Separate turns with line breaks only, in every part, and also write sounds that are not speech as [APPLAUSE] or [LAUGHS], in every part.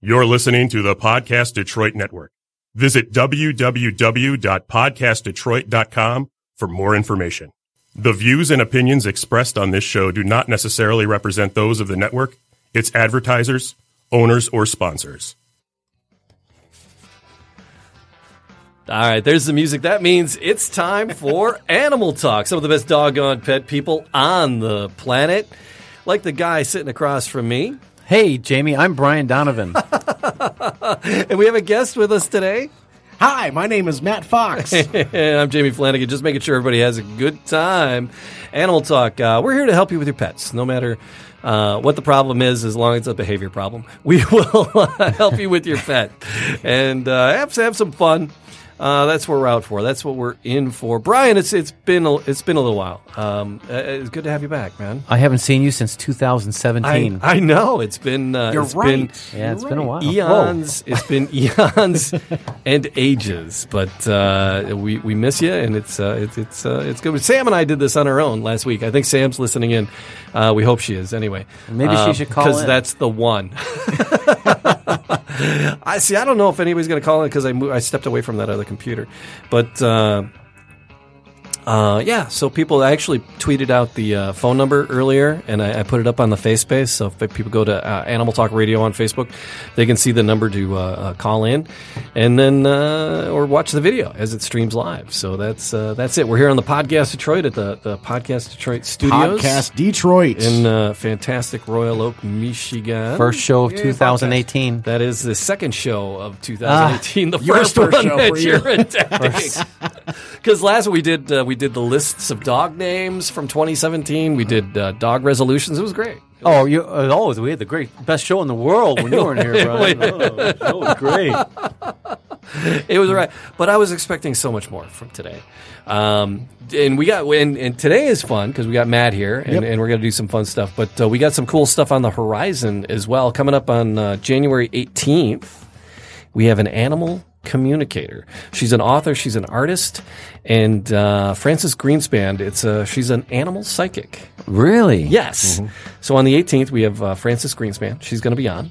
You're listening to the Podcast Detroit Network. Visit www.podcastdetroit.com for more information. The views and opinions expressed on this show do not necessarily represent those of the network, its advertisers, owners, or sponsors.
All right, there's the music. That means it's time for Animal Talk. Some of the best doggone pet people on the planet, like the guy sitting across from me.
Hey, Jamie, I'm Brian Donovan.
And we have a guest with us today.
[LAUGHS] Hi, my name is Matt Fox.
And I'm Jamie Flanagan, just making sure everybody has a good time. Animal Talk, uh, we're here to help you with your pets, no matter uh, what the problem is, as long as it's a behavior problem. [LAUGHS] We will uh, help you with your pet and uh, have, have some fun. Uh, that's what we're out for. That's what we're in for. Brian, it's it's been a, it's been a little while. Um, uh, it's good to have you back, man.
[LAUGHS] I haven't seen you since 2017.
I, I know it's been uh,
You're
it's
right.
been
yeah, it's been a while.
eons. [LAUGHS] It's been eons and ages, but uh, we we miss you, and it's uh, it's it's uh, it's good. Sam and I did this on our own last week. I think Sam's listening in. Uh, we hope she is. Anyway,
Maybe she
Um,
should call in.
that's the one. [LAUGHS] I see. I don't know if anybody's going to call in because I mo- I stepped away from that other computer, but. Uh, uh, yeah, so people I actually tweeted out the uh, phone number earlier, and I, I put it up on the FaceSpace. So if people go to uh, Animal Talk Radio on Facebook, they can see the number to uh, uh, call in, and then uh, or watch the video as it streams live. So that's uh, that's it. We're here on the Podcast Detroit at the, the Podcast Detroit Studios
Podcast Detroit.
in uh, fantastic Royal Oak, Michigan.
First show of 2018.
That is the second show of 2018. the
Ah. your
first
first
one
show
that
for you.
you're
[LAUGHS]
[LAUGHS] Because last we did uh, we did the lists of dog names from 2017. We did uh, dog resolutions. It was great.
Oh, you, as always, we had the great best show in the world when you were in [LAUGHS] here, Brian. oh, that was great.
[LAUGHS] It was all right. But I was expecting so much more from today. Um, and we got and, and today is fun because we got Matt here and, and we're going to do some fun stuff. But uh, we got some cool stuff on the horizon as well. Coming up on uh, January 18th, we have an animal communicator. She's an author, she's an artist, and uh, Frances Greenspan. It's a, she's an animal psychic.
Really?
Mm-hmm.
Yes. So on the 18th, we have uh, Frances Greenspan. She's going to be on.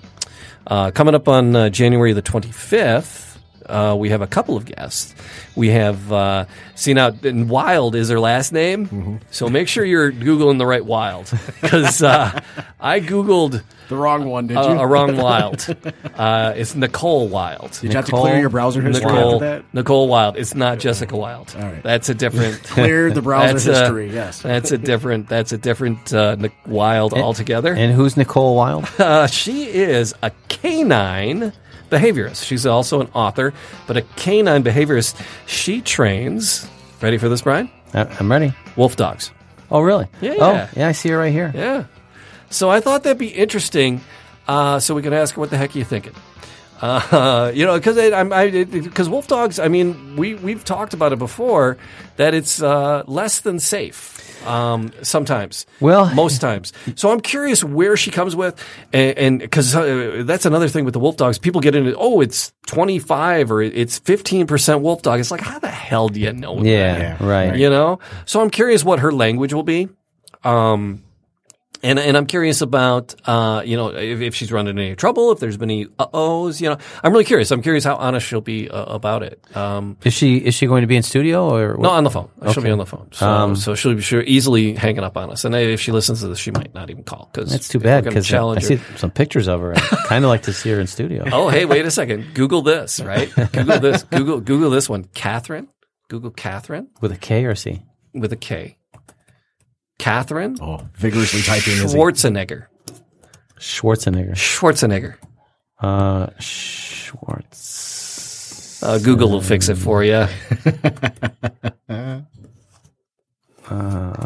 Uh, coming up on uh, January the 25th, uh, we have a couple of guests. We have, uh, see now, and Wild is her last name.
Mm-hmm.
So make sure you're Googling the right Wild. Because uh, I Googled
the wrong one, did
uh,
you?
a wrong Wild.
[LAUGHS]
Uh, it's Nicole Wild.
did you have to
Nicole-
clear your browser history
Nicole,
after
[LAUGHS]
that?
Nicole Wild. It's not Jessica Wild.
right.
That's
[LAUGHS]
a different.
Clear the browser
that's uh, a-
history, yes.
That's a different. That's a different uh, Nic- Wild altogether.
And who's Nicole [LAUGHS] Wilde?
Uh, she is a canine behaviorist. She's also an author, but a canine behaviorist. She trains. Ready for this, Brian?
I- I'm ready.
Wolf dogs.
Oh, really?
Yeah.
Oh, yeah, I see her right here.
Yeah. So I thought that'd be interesting. Uh, so we can ask her what the heck are you thinking. Uh, [LAUGHS] you know, because because wolf dogs. I mean, we we've talked about it before that it's uh, less than safe um, sometimes.
Well-
most times. So I'm curious where she comes with, and because uh, that's another thing with the wolf dogs. People get into oh, it's 25 or it's 15 percent wolf dog. It's like how the hell do you know? that?
Yeah, right.
you know so i'm curious what her language will be um and and i'm curious about uh you know if, if she's run into any trouble if there's been any uh-ohs you know i'm really curious i'm curious how honest she'll be uh, about it um
Is she is she going to be in studio or
no, on the phone. She'll be on the phone. So,
Um,
so she'll be sure easily hanging up on us. And if she listens to this, she might not even call because
That's too bad
because
because I see some pictures of her. I [LAUGHS] kind of like to see her in studio.
oh hey wait a second google this
[LAUGHS]
right google this google google this one catherine google catherine
With a K or a C?
with a k catherine
Oh, vigorously typing is he?
schwarzenegger
Schwarzenegger.
Schwarzenegger.
Uh, Schwartz.
Uh, Google will fix it for you.
Uh,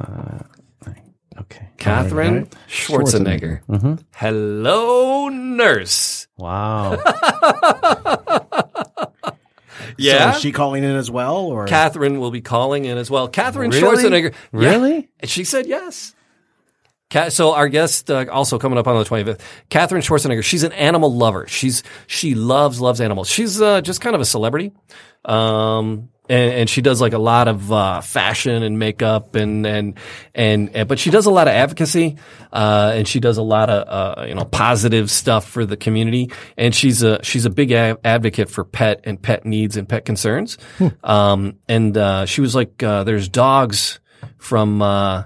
Okay.
Catherine Schwarzenegger. Hello, nurse.
[LAUGHS] Wow.
Yeah.
So is she calling in as well? Or
Catherine will be calling in as well. Catherine
Really?
Schwarzenegger. Yeah.
Really?
And she said yes. Ca- so our guest uh, also coming up on the 25th, Catherine Schwarzenegger. She's an animal lover. She's she loves loves animals. She's uh, just kind of a celebrity, um, and, and she does like a lot of uh, fashion and makeup and and and, and but she does a lot of advocacy, uh, and she does a lot of uh, you know positive stuff for the community. And she's a she's a big a- advocate for pet and pet needs and pet concerns. Um, and uh, she was like, uh, there's dogs from. Uh,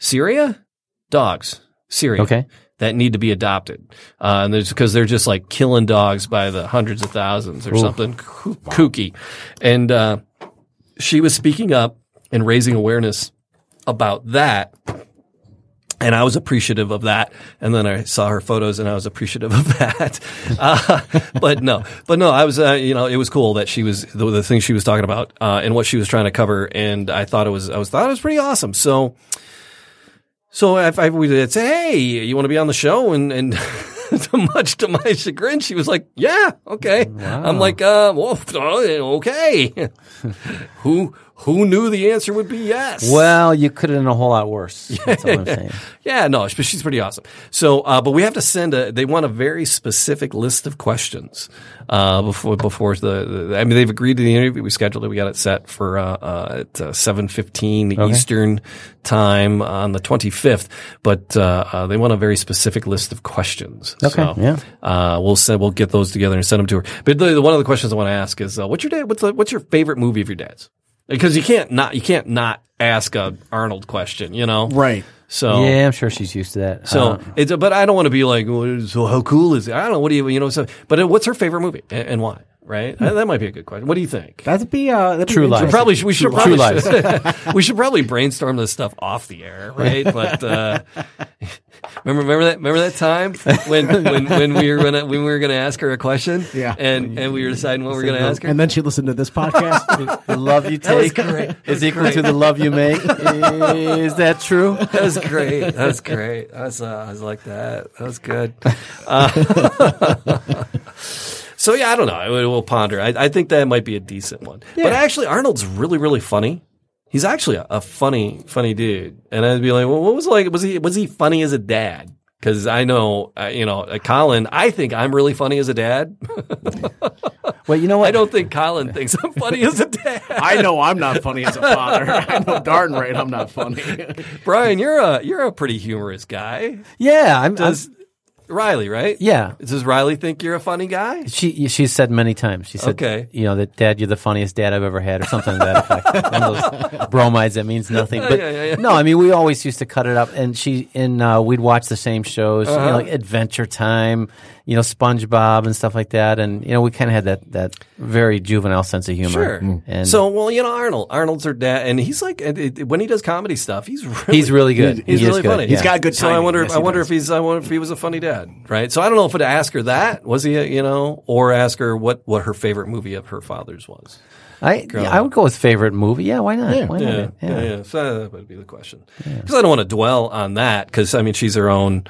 Syria, dogs, Syria,
Okay.
that need to be adopted, uh, and there's because they're just like killing dogs by the hundreds of thousands or something coo- kooky, and uh, she was speaking up and raising awareness about that. And I was appreciative of that. And then I saw her photos and I was appreciative of [LAUGHS] that. Uh, but no, but no, I was, uh, you know, it was cool that she was, the, the thing she was talking about, uh, and what she was trying to cover. And I thought it was, I was, thought it was pretty awesome. So, so if I we would say, "Hey, you want to be on the show?" and and [LAUGHS] to much to my chagrin, she was like, "Yeah, okay." I'm like, uh, well, [LAUGHS] "Okay." [LAUGHS] who who knew the answer would be yes?
Well, you could have done a whole lot worse. [LAUGHS] That's all I'm saying.
Yeah, no, but she's pretty awesome. So, uh, but we have to send a. They want a very specific list of questions uh, before before the, the. I mean, they've agreed to the interview. We scheduled it. We got it set for uh, uh, at uh, seven fifteen Eastern time on the twenty fifth. But uh, uh, they want a very specific list of questions. Okay.
yeah.
Uh, we'll send. We'll get those together and send them to her. But the, the- one of the questions I want to ask is, uh, what's your dad? What's the, what's your favorite movie of your dad's? Because you can't not you can't not ask a Arnold question, you know?
Right.
So
Yeah, I'm sure she's used to that.
so
Uh,
it's but I don't want to be like "Well, so how cool is it? I don't know what do you you know so but uh, what's her favorite movie and, and why right Uh, that might be a good question. What do you think?
That'd be uh, that'd
True
be
Lies.
interesting.
probably we should
True
probably [LAUGHS] we should probably brainstorm this stuff off the air right but uh, [LAUGHS] remember remember that remember that time when when, when we were gonna when we were gonna ask her a question
Yeah.
and and we were deciding what we were gonna ask her
And then she listened to this podcast.
[LAUGHS]
the love [LAUGHS] you take is equal to the love you [LAUGHS] make. is that true?
that was great that was great that was, uh, I was like that that was good Uh, [LAUGHS] So yeah, I don't know. I- We'll ponder. I, I think that might be a decent one. But actually, Arnold's really, really funny. He's actually a, a funny, funny dude. And I'd be like, well, what was it like? Was he was he funny as a dad? Because I know, uh, you know, uh, Colin. I think I'm really funny as a dad. [LAUGHS]
Well, you know what?
I don't think Colin thinks I'm funny as a dad. [LAUGHS]
I know I'm not funny as a father. [LAUGHS] I know darn right I'm not funny. [LAUGHS]
Brian, you're a you're a pretty humorous guy.
Yeah, I'm, I'm-
Does Riley, right?
yeah.
Does Riley think you're a funny guy?
She she's said many times. She said,
Okay.
you know, that dad, you're the funniest dad I've ever had, or something to that effect. [LAUGHS] One of those bromides that means nothing. But
yeah, yeah.
no, I mean, we always used to cut it up, and she and uh, we'd watch the same shows, you
Uh-huh.
know, like Adventure Time, you know, SpongeBob and stuff like that, and you know, we kind of had that that very juvenile sense of humor. Mm.
Sure.
And
so, well, you know, Arnold. Arnold's her dad, and he's like, and it- when he does comedy stuff, he's really,
He's really good.
He's
He is
really
good.
funny.
He's
got good
So I
timing.
wonder.
Yes,
I
he
wonder
does.
if he's. I wonder if he was a funny dad, right? So I don't know if to ask her that was he, a- you know, or ask her what what her favorite movie of her father's was.
I I would go with favorite movie. Yeah, why not? Why not?
Yeah, yeah, yeah. So that would be the question. Because I don't want to dwell on that. Because I mean, she's her own,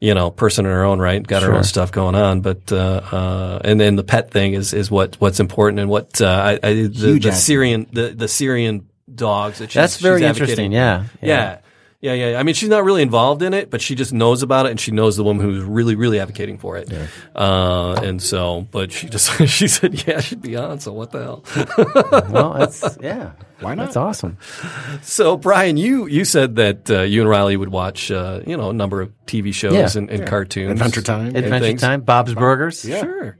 you know, person in her own right. Got her own stuff going on. But uh, uh, and then the pet thing is is what what's important and what uh, I, I the, the
advocate.
Syrian the, the Syrian dogs that she's,
That's very
she's advocating
interesting.
for.
Yeah,
Yeah. Yeah, yeah, yeah. I mean, she's not really involved in it, but she just knows about it, and she knows the woman who's really, really advocating for it. Uh, and so, but she just [LAUGHS] she said, "Yeah, she'd be on." So what the hell?
Well, that's yeah. Why
not?
That's awesome.
So, Brian, you you said that uh, you and Riley would watch uh, you know a number of TV shows
Yeah.
and, and cartoons,
Adventure Time.
Adventure
things.
Time, Bob's Burgers.
Sure,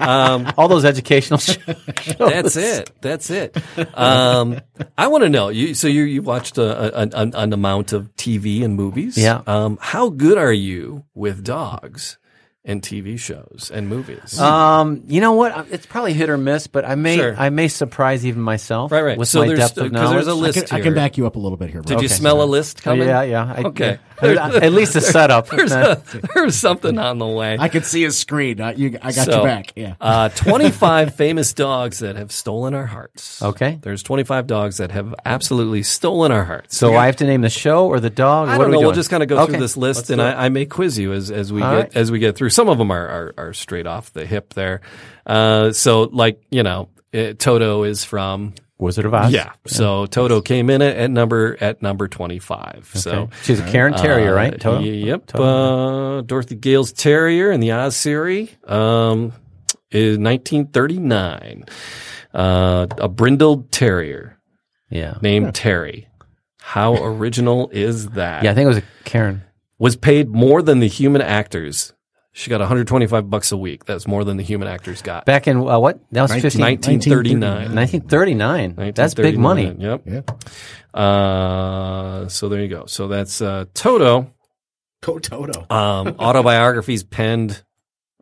all those educational [LAUGHS] shows.
[LAUGHS] that's it. That's it. Um, I want to know. You, so you you watched uh, a, a, an, an amount of TV and movies.
Yeah.
Um, how good are you with dogs and TV shows and movies?
Um, you know what? It's probably hit or miss, but I may
Sure.
I may surprise even myself
right, right.
with
so
my
there's
depth of
because
knowledge.
there's a
I
list
can, I
here.
can back you up a little bit here.
Did you smell a list
Oh,
coming?
yeah, yeah. I,
Okay.
yeah. At least a setup.
[LAUGHS] There's something on the way.
I could see his screen. Uh, you, I got
So,
your back. Yeah.
uh, 25 [LAUGHS] famous dogs that have stolen our hearts.
Okay.
There's 25 dogs that have absolutely stolen our hearts.
so I have to name the show or the dog.
I
what
don't
are
know.
We
We'll
doing?
just kind of go
Okay.
through this list, and I, I may quiz you as, as we get
right.
as we get through. Some of them are are, are straight off the hip there. Uh, so, like you know, uh Toto is from
Wizard of Oz.
Yeah. So Toto came in at, at number at number twenty five. So
She's a Karen Terrier,
uh,
right? Toto?
y- Yep. Uh, Dorothy Gale's Terrier in the Oz series um, is nineteen thirty nine. Uh, a brindled terrier
Yeah.
named Terry.
[LAUGHS]
How original is that?
Yeah, I think it was a Karen.
was paid more than the human actors. She got 125 bucks a week. That's more than the human actors got.
Back in uh, what? That was 15,
1939.
1939. That's big money.
1939, Yep. Uh, so there you go. So that's uh, Toto.
Go Toto.
Um,
[LAUGHS]
autobiographies penned.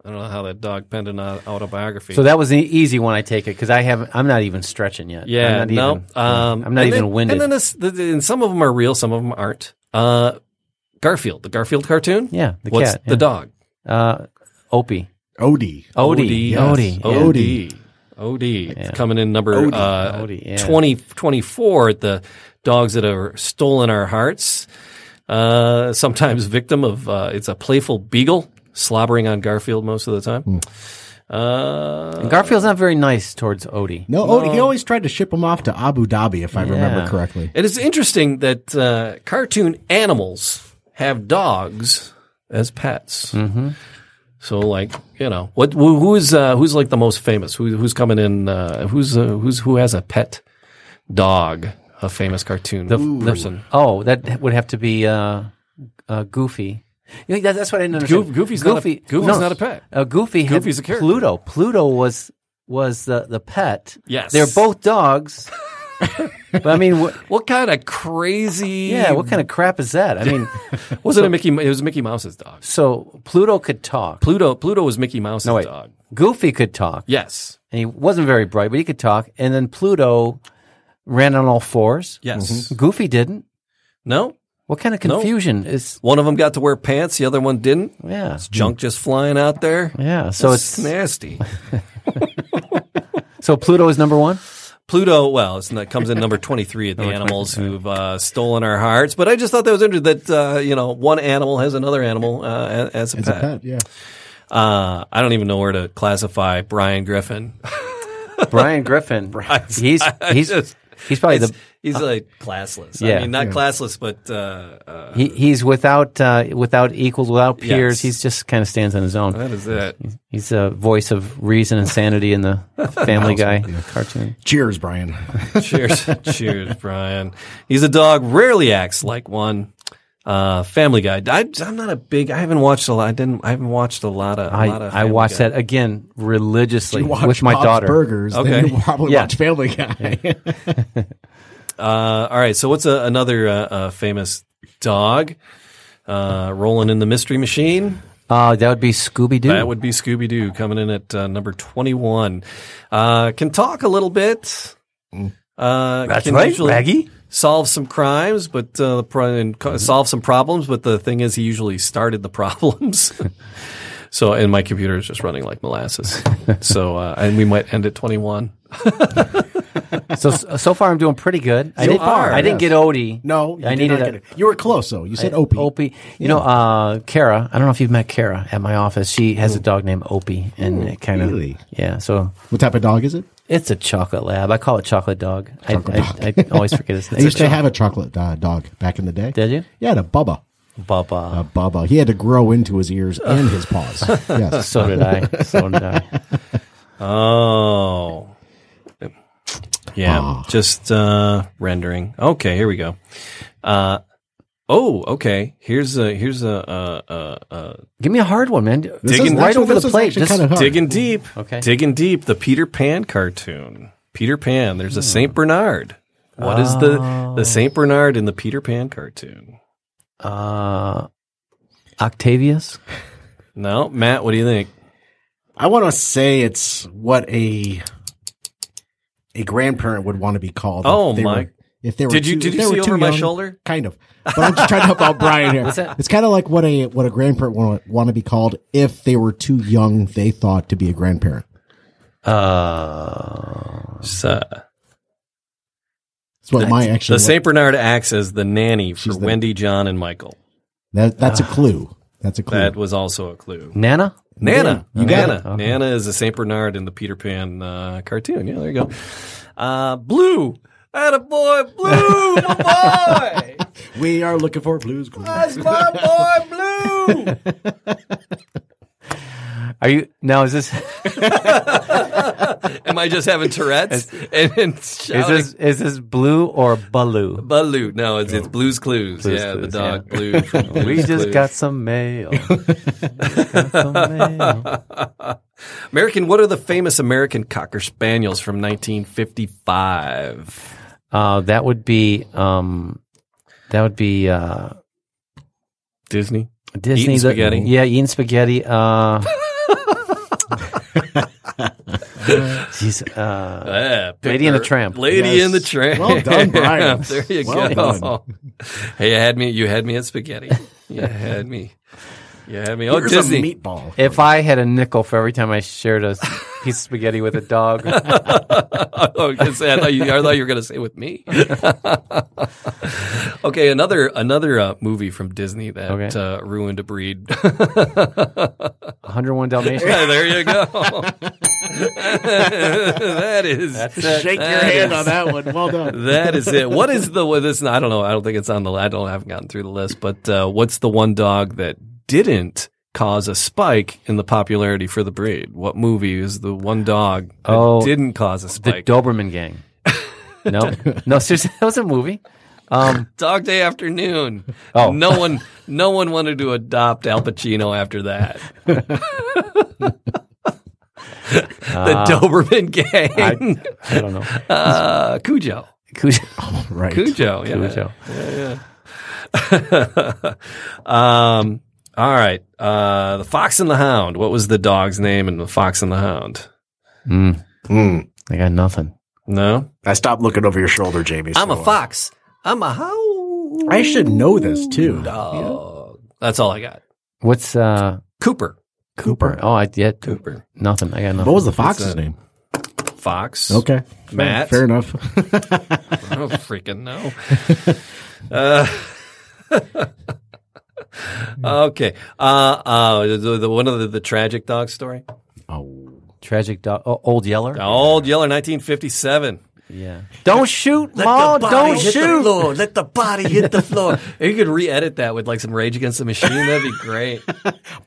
I don't know how that dog penned an au- autobiography.
So that was the easy one. I take it because I haven't. I'm not even stretching yet.
yeah,
I'm not
no.
Even,
um,
I'm not
and
even
then,
winded.
And then this, the, the- and some of them are real, some of them aren't. Uh, Garfield, the Garfield cartoon.
yeah, the
What's
cat.
the dog?
yeah. Uh, Opie.
Odie.
Oh,
Odie.
yes.
Odie. yeah.
OD. OD. It's coming in number Uh,
OD, yeah.
20, 24 at the dogs that are stolen our hearts. Uh, sometimes victim of, uh, it's a playful beagle slobbering on Garfield most of the time.
Hmm.
Uh,
Garfield's not very nice towards Odie.
No, Odie, he always tried to ship him off to Abu Dhabi, if I remember
Yeah.
correctly.
it is interesting that uh, cartoon animals have dogs as pets. Mm-hmm. So, like you know, what who, who is uh, who's like the most famous? Who, who's coming in? Uh, who's uh, who's who has a pet dog? A famous cartoon person.
Oh, that would have to be uh, uh, Goofy. You know, that, that's what I didn't understand.
Goof- Goofy's not a- Goofy's not a pet.
Uh, Goofy had
Goofy's a character.
Pluto. Pluto was was the, the pet.
Yes.
they're
[LAUGHS]
both dogs. but I mean, what,
What kind of crazy?
yeah, what kind of crap is that?
[LAUGHS]
I mean,
was it? A Mickey? It was Mickey Mouse's dog.
so Pluto could talk.
Pluto. Pluto was Mickey Mouse's
No, wait.
dog.
Goofy could talk,
Yes.
and he wasn't very bright, but he could talk. And then Pluto ran on all fours. Mm-hmm.
Yes.
Goofy didn't.
No.
What kind of confusion is?
One of them got to wear pants. The other one didn't.
Yeah,
Junk just flying out there.
yeah. So it's
nasty.
so Pluto is number one.
Pluto, well, it's, it comes in number 23 at the animals who've uh, stolen our hearts. But I just thought that was interesting that, uh, you know, one animal has another animal uh, a- as a
As
pet.
a pet, yeah.
Uh, I don't even know where to classify Brian Griffin.
[LAUGHS]
[LAUGHS]
Brian Griffin. he's he's
just-
he's probably
He's, he's,
the
like classless. I
yeah.
mean, not classless, but uh, uh,
he, he's without uh, without equals without peers.
Yes. Uh-huh.
He's just kind of stands on his own.
that is it.
He's [LAUGHS] a voice of reason and sanity in the Family Guy cartoon.
Cheers, Brian.
[LAUGHS] Cheers. Cheers, Brian. He's a dog, rarely acts like one. Uh, Family Guy. I, I'm not a big. I haven't watched a lot. I didn't. I haven't watched a lot of. a
I,
lot of
I
Family
watched
Guy.
that again religiously
You
[LAUGHS]
watch
with my
Bob's
daughter.
Burgers,
Okay.
then you [LAUGHS] probably
Yeah.
watch Family Guy.
Uh, all right. So what's a, another uh, uh, famous dog? Uh, rolling in the mystery machine.
Uh, that would be Scooby Doo.
That would be Scooby Doo coming in at uh, number twenty-one. Uh, can talk a little bit. Uh, That's can usually Solve some crimes, but uh, pro- and co- solve some problems. But the thing is, he usually started the [LAUGHS] problems. so, and my computer is just running like molasses. so, uh, and we might end at twenty-one.
So so far, I'm doing pretty good. I
So
didn't,
far,
I didn't
yes.
get Odie.
[LAUGHS] No, you
I
did
needed
not
a-
get it. You were close, though. You said Opie.
Opie. You know, uh, Kara. I don't know if you've met Kara at my office. She has a dog named Opie, and it kind of
really?
yeah. So
What type of dog is it?
It's a chocolate lab. I call it chocolate dog. I, I, [LAUGHS] I always forget his name.
I used to have a chocolate uh, dog back in the day.
Did you?
Yeah, and a Bubba.
Bubba.
A Bubba. He had to grow into his ears and his paws.
[LAUGHS]
Yes.
So did I. So did I.
Oh. Yeah,
Ah.
just uh, rendering. Okay, here we go. Uh, oh, okay. Here's a here's a uh, uh, uh,
[LAUGHS] Give me a hard one, man. This
Digging
is-
right
actually,
over
this
the
is
plate.
actually
Just
kinda hard.
digging deep.
Okay.
digging deep. The Peter Pan cartoon. Peter Pan. There's a
Hmm.
Saint Bernard. What is the
Oh.
the Saint Bernard in the Peter Pan cartoon?
uh, Octavius.
No, Matt. What do you think?
I want to say it's what a a grandparent would want to be called. if
Oh,
they
my.
Were, if they were
Did you
too-
did
if
you
they
see
were
over
too
my
young-
shoulder?
Kind of, but I'm just trying to help out Brian
[LAUGHS]
here.
that?
It's kind of like what a what a grandparent want, want to be called if they were too young. They thought to be a grandparent.
Uh,
It's, uh,
That's what my actually.
the Saint Bernard acts as the nanny for
She's the-
Wendy, John, and Michael.
That, that's a clue. That's a clue.
That was also a clue.
Nana.
Nana.
You got
Nana.
it. Okay.
Nana is a Saint Bernard in the Peter Pan uh, cartoon. Yeah, there you go. Uh, blue. Atta boy, blue, [LAUGHS] my boy.
We are looking for blues. Clues.
That's my boy, blue.
Are you now? Is this
[LAUGHS] Am I just having Tourette's and, [LAUGHS] and
is
shouting?
this is this blue or Baloo?
Baloo. No, it's, it's Oh. Blue's Clues.
Blue's
yeah, the
Clues,
dog [LAUGHS]
yeah.
Blue. from
We
Blue's
just
Clues.
got some mail. Got some mail.
American. What are the famous American cocker spaniels from 1955?
Uh, that would be um, that would be uh,
Disney.
Disney.
Eating
the-
spaghetti.
yeah, eating spaghetti. Uh, jeez, uh,
Yeah, pick
Lady and the
her-
Tramp.
Ah, Lady
Yes.
and the Tramp.
Well
[LAUGHS]
done, Brian.
there you
Well
go. Hey, you had me. You had me at spaghetti. You had me. You had me. Oh,
Here's
Disney.
a
[LAUGHS]
meatball.
if I had a nickel for every time I shared a s- piece of spaghetti with a [LAUGHS] dog,
I was gonna say, Oh, I thought you, I thought you were going to say with me. [LAUGHS] okay, another another uh, movie from Disney that
Okay.
uh, ruined a breed. [LAUGHS]
101 Dalmatians.
there you go. [LAUGHS] that is
Shake your hand on that one. Well done.
[LAUGHS] that is it. What is the this? I don't know. I don't think it's on the. I don't I haven't gotten through the list. But uh, what's the one dog that didn't cause a spike in the popularity for the breed? What movie is the one dog that
Oh,
didn't cause a
The
spike?
Doberman Gang. No, [LAUGHS] no, seriously, that was a movie. Um,
Dog Day Afternoon.
Oh.
no one, no one wanted to adopt Al Pacino after
[LAUGHS]
that. the Doberman Gang,
I, Ah. [LAUGHS] I don't know.
[LAUGHS] uh, Cujo,
[LAUGHS] Cujo.
Right.
Cujo, yeah.
Cujo.
[LAUGHS] Um, all right, uh, the Fox and the Hound. What was the dog's name in the Fox and the Hound?
Mm.
I got nothing.
No,
I stopped looking over your shoulder, Jamie.
I'm
so,
a
uh,
fox. I'm a hound.
I should know this too.
Dog. That's all I got.
What's uh,
Cooper.
Cooper? Oh, I yeah,
Cooper.
nothing. I got nothing.
What was the fox's name?
Fox.
Okay.
Matt.
Fair enough.
[LAUGHS] I don't freaking
[LAUGHS]
know. uh, [LAUGHS] okay. Uh, uh, the, the one of the, the tragic dog story.
oh.
Tragic dog. Oh, old Yeller.
Old Yeller, 1957.
Yeah. Don't shoot, Ma. Don't shoot.
floor. Oh, Let the body hit the floor. [LAUGHS] if you could re-edit that with like some Rage Against the Machine, that'd be great.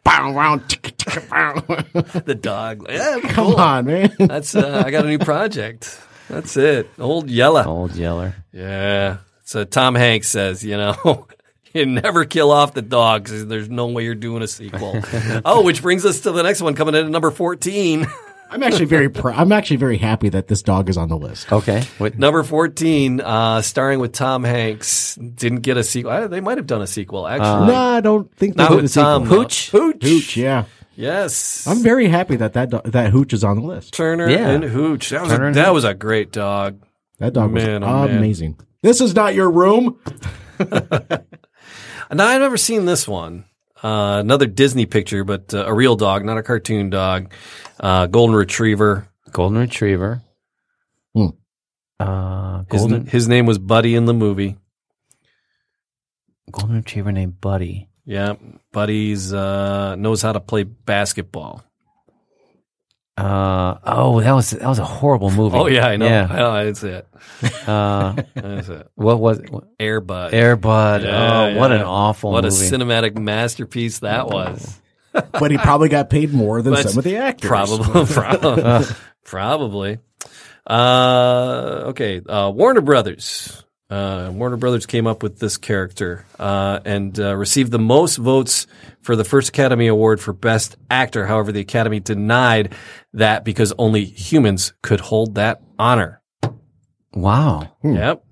Bow, wow, ticka, ticka, bow.
[LAUGHS] The dog. like, Yeah,
Come on, man.
that's. Uh, I got a new project. That's it. Old Yeller.
Old Yeller.
Yeah. So Tom Hanks says, you know, [LAUGHS] you never kill off the dogs. There's no way you're doing a [LAUGHS] sequel. oh, which brings us to the next one coming in at number 14.
I'm actually very pr- I'm actually very happy that this dog is on the list.
Okay.
[LAUGHS]
What?
number 14, uh, starring with Tom Hanks, didn't get a sequel. I, they might have done a sequel, actually.
Uh,
no, I don't think
Uh,
they
Not
did a
with Tom.
sequel.
though.
Hooch?
Hooch.
Hooch, yeah.
Yes.
I'm very happy that that do- that Hooch is on the list.
Turner
Yeah.
and Hooch. That was,
Turner
a,
and
that
Hooch.
was a great dog.
That dog was
Man, oh, man.
amazing. This is not your room.
Now, I've never seen this one. Uh, another Disney picture, but uh, a real dog, not a cartoon dog. Uh, golden retriever.
Golden Retriever.
Hmm.
Uh,
His,
golden
his name was Buddy in the movie.
Golden Retriever named Buddy.
Yeah, buddies uh, knows how to play basketball.
Uh, oh, that was that was a horrible movie.
Oh yeah, I know. Yeah.
Yeah.
that's it. [LAUGHS]
Uh,
That's it.
what was it?
Air Bud.
Air Bud.
Yeah,
oh, what
yeah.
an awful
what
movie.
a cinematic masterpiece that was.
But he probably got paid more than
But
some of the actors.
Probably, [LAUGHS] probably, probably. Uh, okay, uh, Warner Brothers. Uh, Warner Brothers came up with this character uh, and uh, received the most votes for the first Academy Award for Best Actor. However, the Academy denied that because only humans could hold that honor.
wow.
Yep.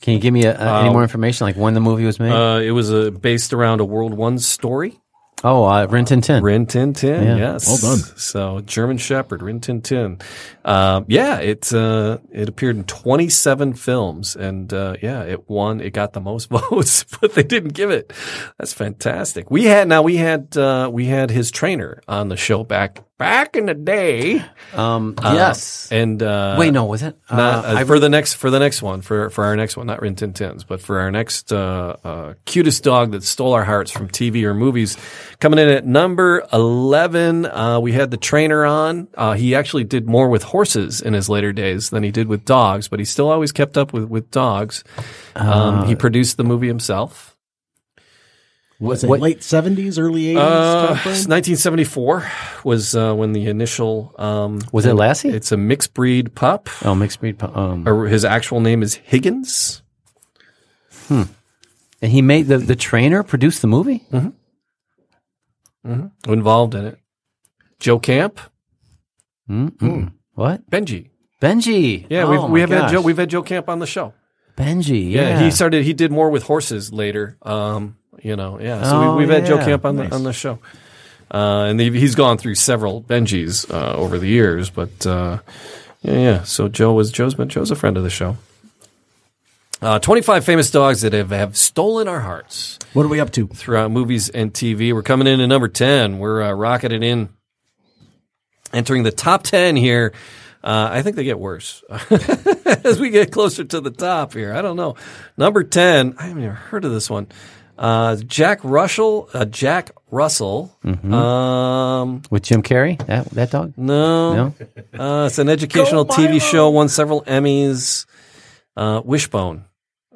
Can you give me a, a, any more information, like when the movie was made?
Um, Uh, it was uh, based around a World One story.
oh, uh, Rin Tin Tin.
Rin Tin Tin.
Yeah.
Yes.
Well done.
So German Shepherd, Rin Tin Tin. Uh, yeah, it uh, it appeared in 27 films, and uh, yeah, it won. It got the most [LAUGHS] votes, but they didn't give it. That's fantastic. We had now we had uh, we had his trainer on the show back
back in the day,
Um, yes.
And uh,
Wait, no, was it?
Not,
Uh,
uh, for the next for the next one for for our next one, not Rin Tin Tins, but for our next uh, uh, cutest dog that stole our hearts from TV or movies. Coming in at number eleven, uh, we had the trainer on. Uh, he actually did more with horses in his later days than he did with dogs, but he still always kept up with with dogs. Um, he produced the movie himself.
Was it
What-
late seventies, early eighties?
Uh, 1974 was uh, when the initial. Um,
was it Lassie?
it's a mixed breed pup.
oh, mixed breed. pu- Um,
Or his actual name is Higgins.
and he made the the trainer produce the movie.
involved in it. Joe Camp,
Mm-mm. What?
Benji.
Benji.
Yeah,
Oh,
we've, we
my
have had
gosh.
Joe. We've had Joe Camp on the show.
Benji.
Yeah,
Yeah,
he started. He did more with horses later. Um, you know, yeah. So
Oh,
we, we've had Joe
yeah.
Camp on the on the show, uh, and he- he's gone through several Benjis uh, over the years. But uh, yeah, yeah. So Joe was Joe's been Joe's a friend of the show. Uh, Twenty five famous dogs that have, have stolen our hearts.
what are we up to?
throughout movies and TV. We're coming in at number 10. We're uh, rocketed in, entering the top 10 here. Uh, I think they get worse [LAUGHS] as we get closer to the top here. I don't know. Number 10, I haven't even heard of this one. Uh, Jack Russell, uh, Jack Russell. Um,
with Jim Carrey. That that dog.
no,
No.
Uh, it's an educational TV show. Won several Emmys. Uh, Wishbone.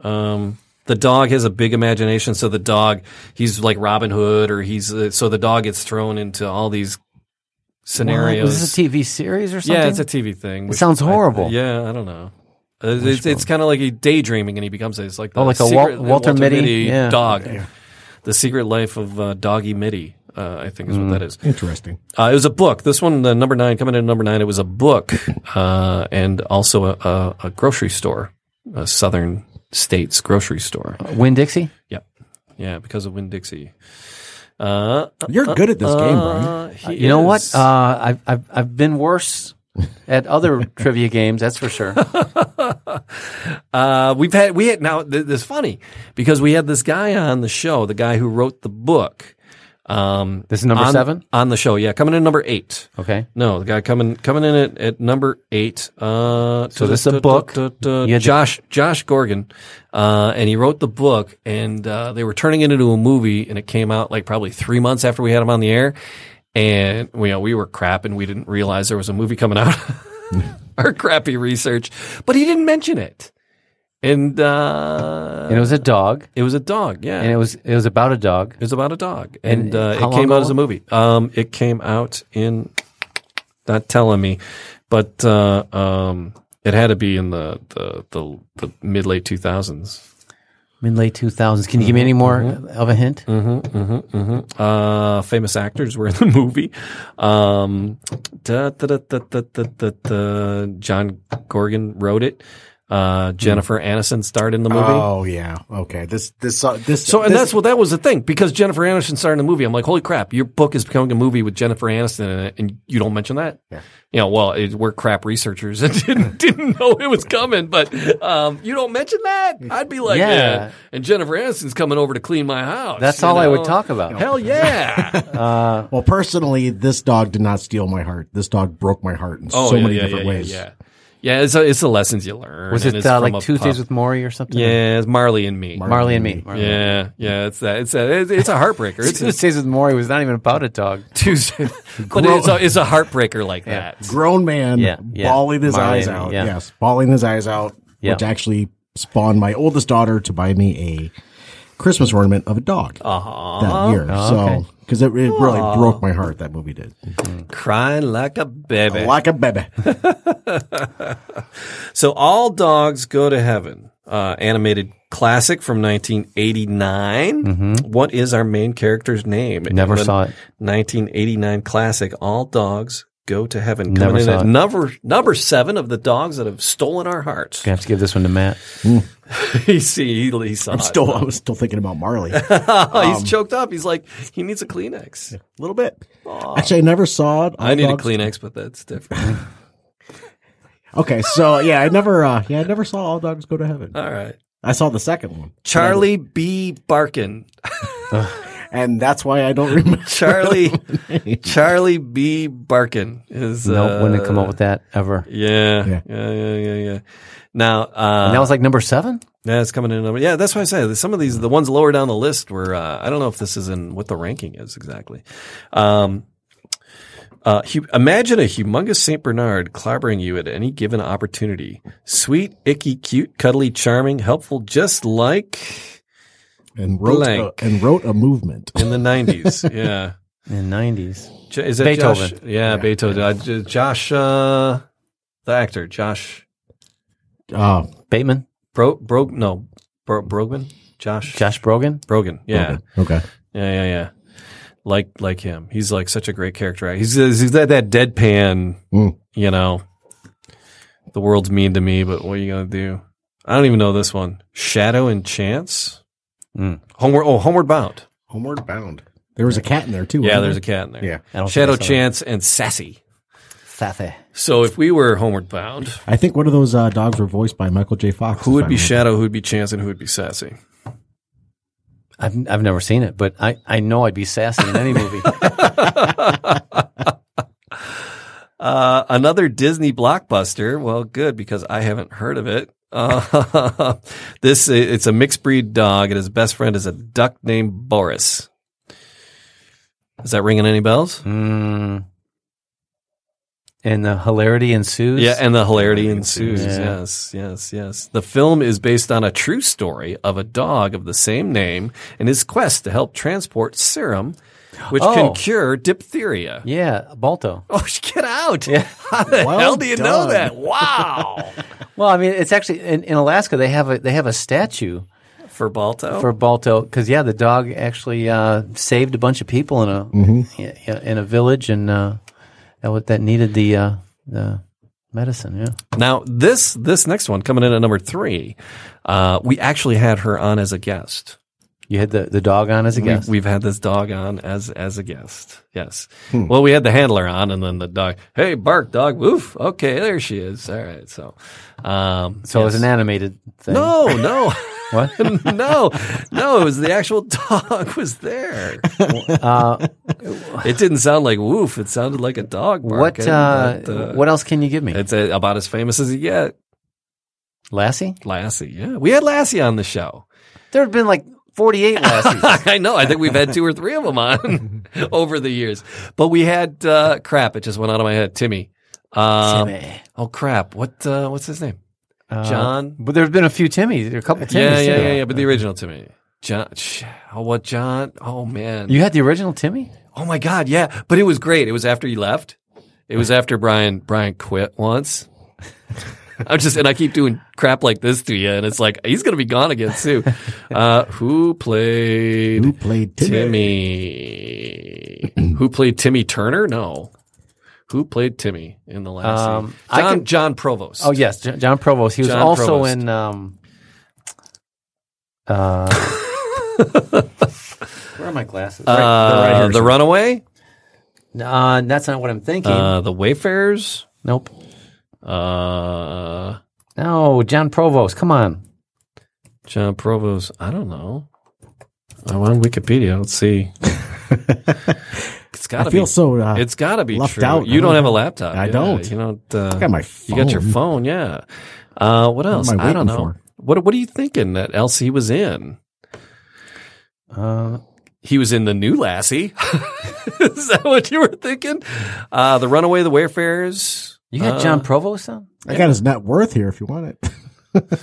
Um, the dog has a big imagination, so the dog he's like Robin Hood, or he's uh, so the dog gets thrown into all these scenarios.
Was this a TV series or something?
yeah, it's a TV thing. which
sounds
I-
horrible.
yeah, I don't know. Uh, It's, it's kind of like he daydreaming, and he becomes it's like the
Oh, like a Wal-
secret-
Walter Mitty? Yeah.
dog, the secret life of uh, Doggy Mitty. Uh, I think is
Hmm.
what that is.
Interesting.
Uh, it was a book. This one, the number nine, coming in at number nine, it was a book uh, and also a, a, a grocery store, a southern states grocery store.
Win Dixie.
Yep. Yeah, because of Winn Dixie. Uh,
You're good at this game, Brian.
uh, he
You know what?
is-
Uh, I've, I've I've been worse at [LAUGHS] other trivia games. That's for sure.
Uh, we've had we had now. Th- this is funny because we had this guy on the show, the guy who wrote the book. Um,
This is number
on-
seven?
on the show. Yeah, coming in number eight.
Okay.
No, the guy coming coming in at, at number eight. Uh, so
this is a book. You had to-
Josh Josh Gorgon, uh, and he wrote the book, and uh, they were turning it into a movie, and it came out like probably three months after we had him on the air, and you know we were crap, and we didn't realize there was a movie coming out. Our crappy research, but he didn't mention it, and uh,
And it was a dog,
it was a dog. Yeah,
and it was it was about a dog.
it was about a dog, and,
And
uh,
how
it came
long
out as a
ago?
movie. Um, it came out in, not telling me, but uh, um, it had to be in the the the, the mid late two thousands.
Mid late two thousands. Can you give me any more of a hint?
Uh, famous actors were in the [LAUGHS] movie. Um, da, da, da, da, da, da, da, da. John Gorgon wrote it. Uh,
Hmm.
Jennifer Aniston starred in the movie.
Oh yeah. Okay. This this uh, this.
So and
this-
that's well, that was the thing because Jennifer Aniston started in the movie. I'm like, holy crap, your book is becoming a movie with Jennifer Aniston in it, and you don't mention that. Yeah. You know, well, it, we're crap researchers and [LAUGHS] didn't didn't know it was coming, but um, you don't mention that. I'd be like, yeah.
Yeah.
And Jennifer Aniston's coming over to clean my house.
That's
you
all I would
know?
talk about.
Hell
[LAUGHS]
yeah!
well, personally, this dog did not steal my heart. This dog broke my heart in
oh,
so
yeah,
many
yeah,
different
yeah,
ways.
Yeah, yeah. Yeah, it's, it's the lessons you learn.
Was
and
it
it's
uh,
from
like
a
Tuesdays
pup.
with Maury or something?
Yeah, it's Marley and me.
Marley and me. Marley and Me.
Yeah, yeah, it's that. It's a. It's a heartbreaker.
[LAUGHS]
It's, it's
Tuesdays with Maury was not even about a dog.
Tuesday, [LAUGHS] but it's a, it's a heartbreaker like that.
Grown man
Yeah, yeah.
bawling his
Marley
eyes
and me,
out.
yeah.
Yes, bawling his eyes out,
Yeah.
which actually spawned my oldest daughter to buy me a Christmas ornament of a dog
Uh-huh.
that year.
Oh,
So because it, it really broke my heart. That movie did
Crying like a baby.
like
[LAUGHS]
a baby.
So all dogs go to heaven. Uh, animated classic from 1989. What is our main character's name?
Never
In the
saw it.
1989 classic. All dogs go to heaven.
Never
Coming in
saw
at
it.
number number seven of the dogs that have stolen our hearts.
Gonna have to give this one to Matt.
[LAUGHS] he see, he saw
I'm
it.
still I was still thinking about
[LAUGHS]
Marley.
Oh, [LAUGHS] he's choked up. He's like he needs a Kleenex.
A little bit. Actually, I never saw it.
I need
Dogs-
a Kleenex, but that's [LAUGHS] different.
Okay, so yeah, I never, uh, yeah, I never saw All Dogs Go to Heaven.
all right.
I saw the second one.
Charlie B. Barkin.
and that's why I don't [LAUGHS] remember.
[LAUGHS]
Charlie Charlie B. Barkin is
no,
uh,
wouldn't have come up with that ever.
Yeah, yeah,
Yeah.
yeah, yeah, yeah. Now,
And that
uh,
was like number seven.
yeah, it's coming in. Number, yeah, that's why I say that some of these, the ones lower down the list, were uh, I don't know if this is in what the ranking is exactly. Um, uh, hu- imagine a humongous Saint Bernard clobbering you at any given opportunity. Sweet, icky, cute, cuddly, charming, helpful, just like
And wrote a,
Blank.
and wrote a movement.
in the
[LAUGHS]
nineties. yeah.
In the nineties.
J- Is that
Beethoven.
Josh? Yeah, Beethoven. Uh, J- Josh, uh, the actor, Josh
Uh,
Bateman,
Bro, Bro, no, Bro, Brogman, Josh,
Josh Brogan.
Brogan. Yeah,
okay.
yeah, yeah, yeah. Like, like him. He's like such a great character. He's he's that that deadpan.
Mm.
You know, the world's mean to me, but what are you gonna do? I don't even know this one. Shadow and Chance.
Mm.
Homeward. Oh, Homeward Bound.
Homeward bound. There was a cat in there too.
Yeah,
wasn't
there's a cat in there.
Yeah.
I don't think I
Shadow
saw that.
Chance and Sassy.
Fathe.
So if we were Homeward Bound,
I think one of those uh, dogs were voiced by Michael J. Fox.
who
if
would
I
be
remember.
Shadow? Who would be Chance? And who would be Sassy?
I've I've never seen it, but I, I know I'd be sassy in
[LAUGHS]
any movie.
Uh, another Disney blockbuster. Well, good because I haven't heard of it. Uh, [LAUGHS] this it's a mixed breed dog, and his best friend is a duck named Boris. Is that ringing any bells?
mm. And the hilarity ensues.
Yeah, and the hilarity ensues.
Yeah.
Yes, yes, yes. The film is based on a true story of a dog of the same name and his quest to help transport serum, which
Oh.
can cure diphtheria.
yeah, Balto.
[LAUGHS] Oh, get out! [LAUGHS] How the
Well
hell do you know
done.
that? Wow.
Well, I mean, it's actually in, in Alaska they have a they have a statue
[LAUGHS] For Balto?
for Balto because yeah, the dog actually uh, saved a bunch of people in a yeah, yeah, in a village and uh, that wa- that needed the uh, the medicine. Yeah,
Now this this next one coming in at number three, uh, we actually had her on as a guest.
you had the, the dog on as a guest.
We've, we've had this dog on as as a guest. Yes.
Hmm.
Well, we had the handler on, and then the dog. Hey, bark, dog. Woof. Okay, there she is. All right. So, um,
so it was an animated thing.
no, no,
[LAUGHS] What?
[LAUGHS] no, no. It was the actual [LAUGHS] dog was there.
Uh,
It didn't sound like woof. It sounded like a dog.
what
Barking,
uh,
but, uh,
what else can you give me,
It's uh, about as famous as you get.
Lassie?
Lassie. Yeah, we had Lassie on the show.
There had been like forty [LAUGHS] eight Lassies.
[LAUGHS] I know. I think we've had two or three of them
[LAUGHS]
on [LAUGHS] over the years. But we had uh, crap. It just went out of my head. Timmy. Um,
Timmy.
Oh crap! What uh, what's his name?
Uh,
John.
but there's been a few Timmys, a couple Timmys.
yeah, yeah,
too.
yeah, yeah. But the original Timmy. John. sh- Oh, what John? Oh man.
You had the original Timmy.
oh my God. Yeah. But it was great. It was after you left. It was after Brian. Brian quit once. [LAUGHS] I'm just and I keep doing crap like this to you, and it's like he's gonna be gone again soon.
[LAUGHS]
Uh, who played?
Who played Timmy?
Timmy. Who played Timmy Turner? No. Who played Timmy in the last
Um,
scene?
I
John,
can-
John Provost.
Oh yes, Jo- John Provost. He was
John
also
Provost.
in. Um,
[LAUGHS]
uh, where are my glasses?
Uh, the Runaway?
uh, that's not what I'm thinking.
Uh, the Wayfarers?
nope.
Uh,
No, John Provost. Come on.
John Provost. I don't know. I'm on Wikipedia. Let's
[LAUGHS]
see. it's
I
gotta
feel
be.
so. Uh,
it's gotta be
left
true.
out.
You
I
don't
don't
have a
know.
laptop.
I
Yeah,
don't.
You don't. Uh,
I got my phone.
You got your phone, yeah. Uh, what else?
am I
I don't
waiting
know.
for?
What What are you thinking that Elsie was in?
Uh,
He was in the new Lassie. [LAUGHS] Is that what you were thinking? Uh, the Runaway, the Wayfarers,
you got John Provost on?
I got his net worth here if you want it. [LAUGHS]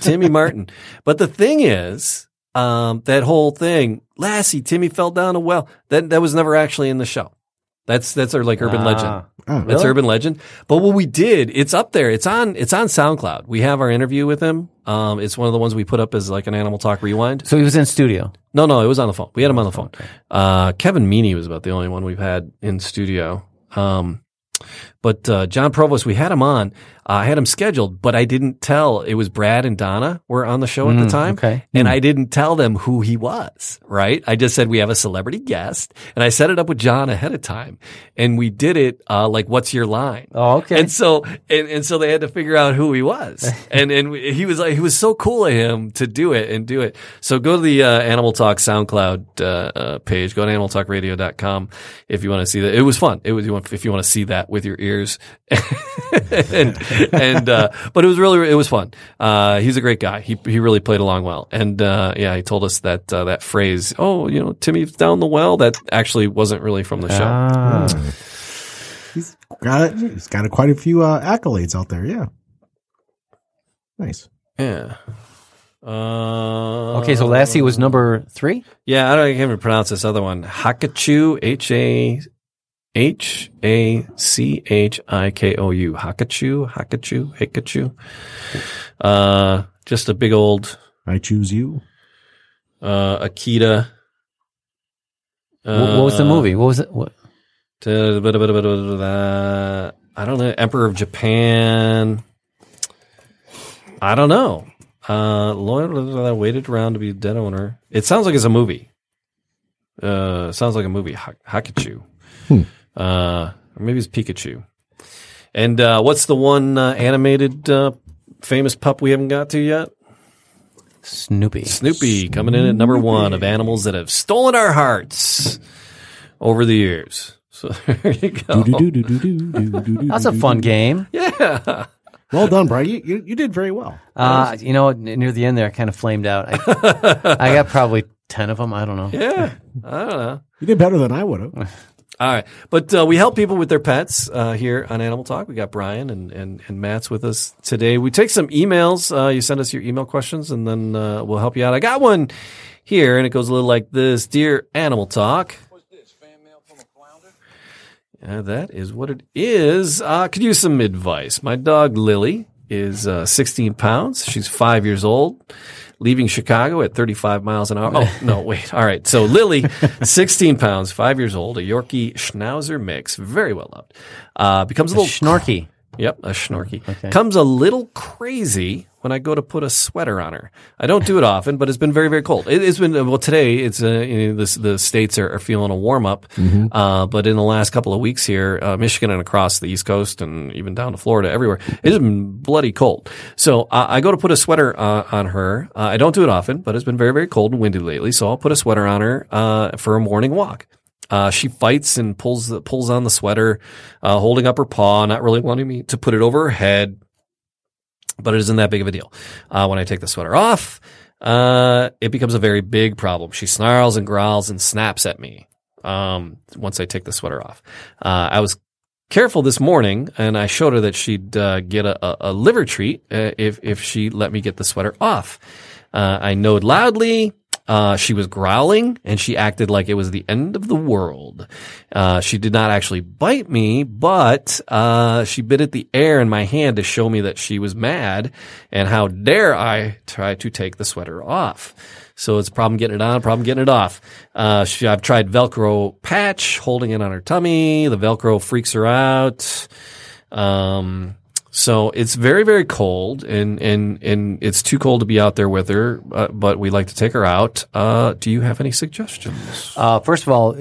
[LAUGHS] Timmy Martin. But the thing is, um, that whole thing, Lassie, Timmy fell down a well. That that was never actually in the show. That's that's our like urban legend.
Ah.
Oh,
That's urban legend. But what we did, it's up there. It's on. It's on SoundCloud. We have our interview with him. Um, it's one of the ones we put up as like an Animal Talk rewind.
So he was in studio.
No, no, it was on the phone. We had him on the phone. Uh, Kevin Meaney was about the only one we've had in studio. Um, But uh, John Provost, we had him on. Uh, I had him scheduled, but I didn't tell it was Brad and Donna were on the show at the time,
Mm, okay.
and I didn't tell them who he was. Right? I just said we have a celebrity guest, and I set it up with John ahead of time, and we did it uh, like, "What's your line?"
Oh, okay.
And so and, and so they had to figure out who he
[LAUGHS]
was, and and we- he was like, he was so cool of him to do it and do it. So go to the uh, Animal Talk SoundCloud uh, uh, page. Go to animaltalkradio.com if you want to see that. It was fun. It was you want, if you want to see that with your ears, [LAUGHS] and and uh, but it was really it was fun. Uh, he's a great guy. He he really played along well, and uh, yeah, he told us that uh, that phrase. Oh, you know, Timmy's down the well. That actually wasn't really from the show.
Ah.
He's got he's got quite a few uh, accolades out there. Yeah, nice.
Yeah. Uh,
Okay, so Lassie was number three.
Yeah, I don't I can't even pronounce this other one. Hakachu, H A H A C H I K O U. Hakachu, Hakachu, Hikachu. Uh, just a big old
I choose you.
uh, Akita.
Wh- what was the
Uh,
movie? What was it? What?
Da-da-da-da-da-da-da-da. I don't know. Emperor of Japan. I don't know. Uh, lawyer waited around to be dead owner. It sounds like it's a movie. Uh, sounds like a movie. Ha- Hakachu. Uh, or maybe it's Pikachu. And uh, what's the one uh, animated uh, famous pup we haven't got to yet?
Snoopy.
Snoopy coming in at number one of animals that have stolen our hearts over the years. So [LAUGHS] there you
Hmm.
go.
That's a fun game.
Yeah.
Well done, Brian. You, you you did very well.
Uh, you know, n- near the end there, I kind of flamed out. I,
[LAUGHS]
I got probably ten of them. I don't know.
Yeah. I don't know.
You did better than I would have.
All right. But uh, we help people with their pets uh, here on Animal Talk. We got Brian and, and, and Matt's with us today. We take some emails. Uh, you send us your email questions and then uh, we'll help you out. I got one here and it goes a little like this Dear Animal Talk. Uh, that is what it is. Uh, could use some advice. My dog Lily is uh, 16 pounds. She's five years old, leaving Chicago at 35 miles an hour. Oh, no, wait. All right. So Lily, 16 pounds, five years old, a Yorkie Schnauzer mix, very well loved, uh, becomes a little
Snorky.
Yep, a schnorky. Comes a little crazy when I go to put a sweater on her. I don't do it often, but it's been very, very cold. It, it's been well today. It's uh, you know, this, the states are, are feeling a warm up, uh, but in the last couple of weeks here, uh, Michigan and across the East Coast and even down to Florida, everywhere, it's been bloody cold. So I I go to put a sweater uh, on her. Uh, I don't do it often, but it's been very, very cold and windy lately. So I'll put a sweater on her uh, for a morning walk. Uh, she fights and pulls the, pulls on the sweater, uh, holding up her paw, not really wanting me to put it over her head. But it isn't that big of a deal. Uh, when I take the sweater off, uh, it becomes a very big problem. She snarls and growls and snaps at me um, once I take the sweater off. Uh, I was careful this morning, and I showed her that she'd uh, get a, a, a liver treat uh, if if she let me get the sweater off. Uh, I knowed loudly. Uh, she was growling, and she acted like it was the end of the world. Uh, she did not actually bite me, but uh, she bit at the air in my hand to show me that she was mad, and how dare I try to take the sweater off. So it's a problem getting it on, problem getting it off. Uh, she, I've tried Velcro patch, holding it on her tummy. The Velcro freaks her out. Um, so it's very, very cold and, and, and it's too cold to be out there with her, uh, but we like to take her out. Uh, do you have any suggestions?
Uh, first of all,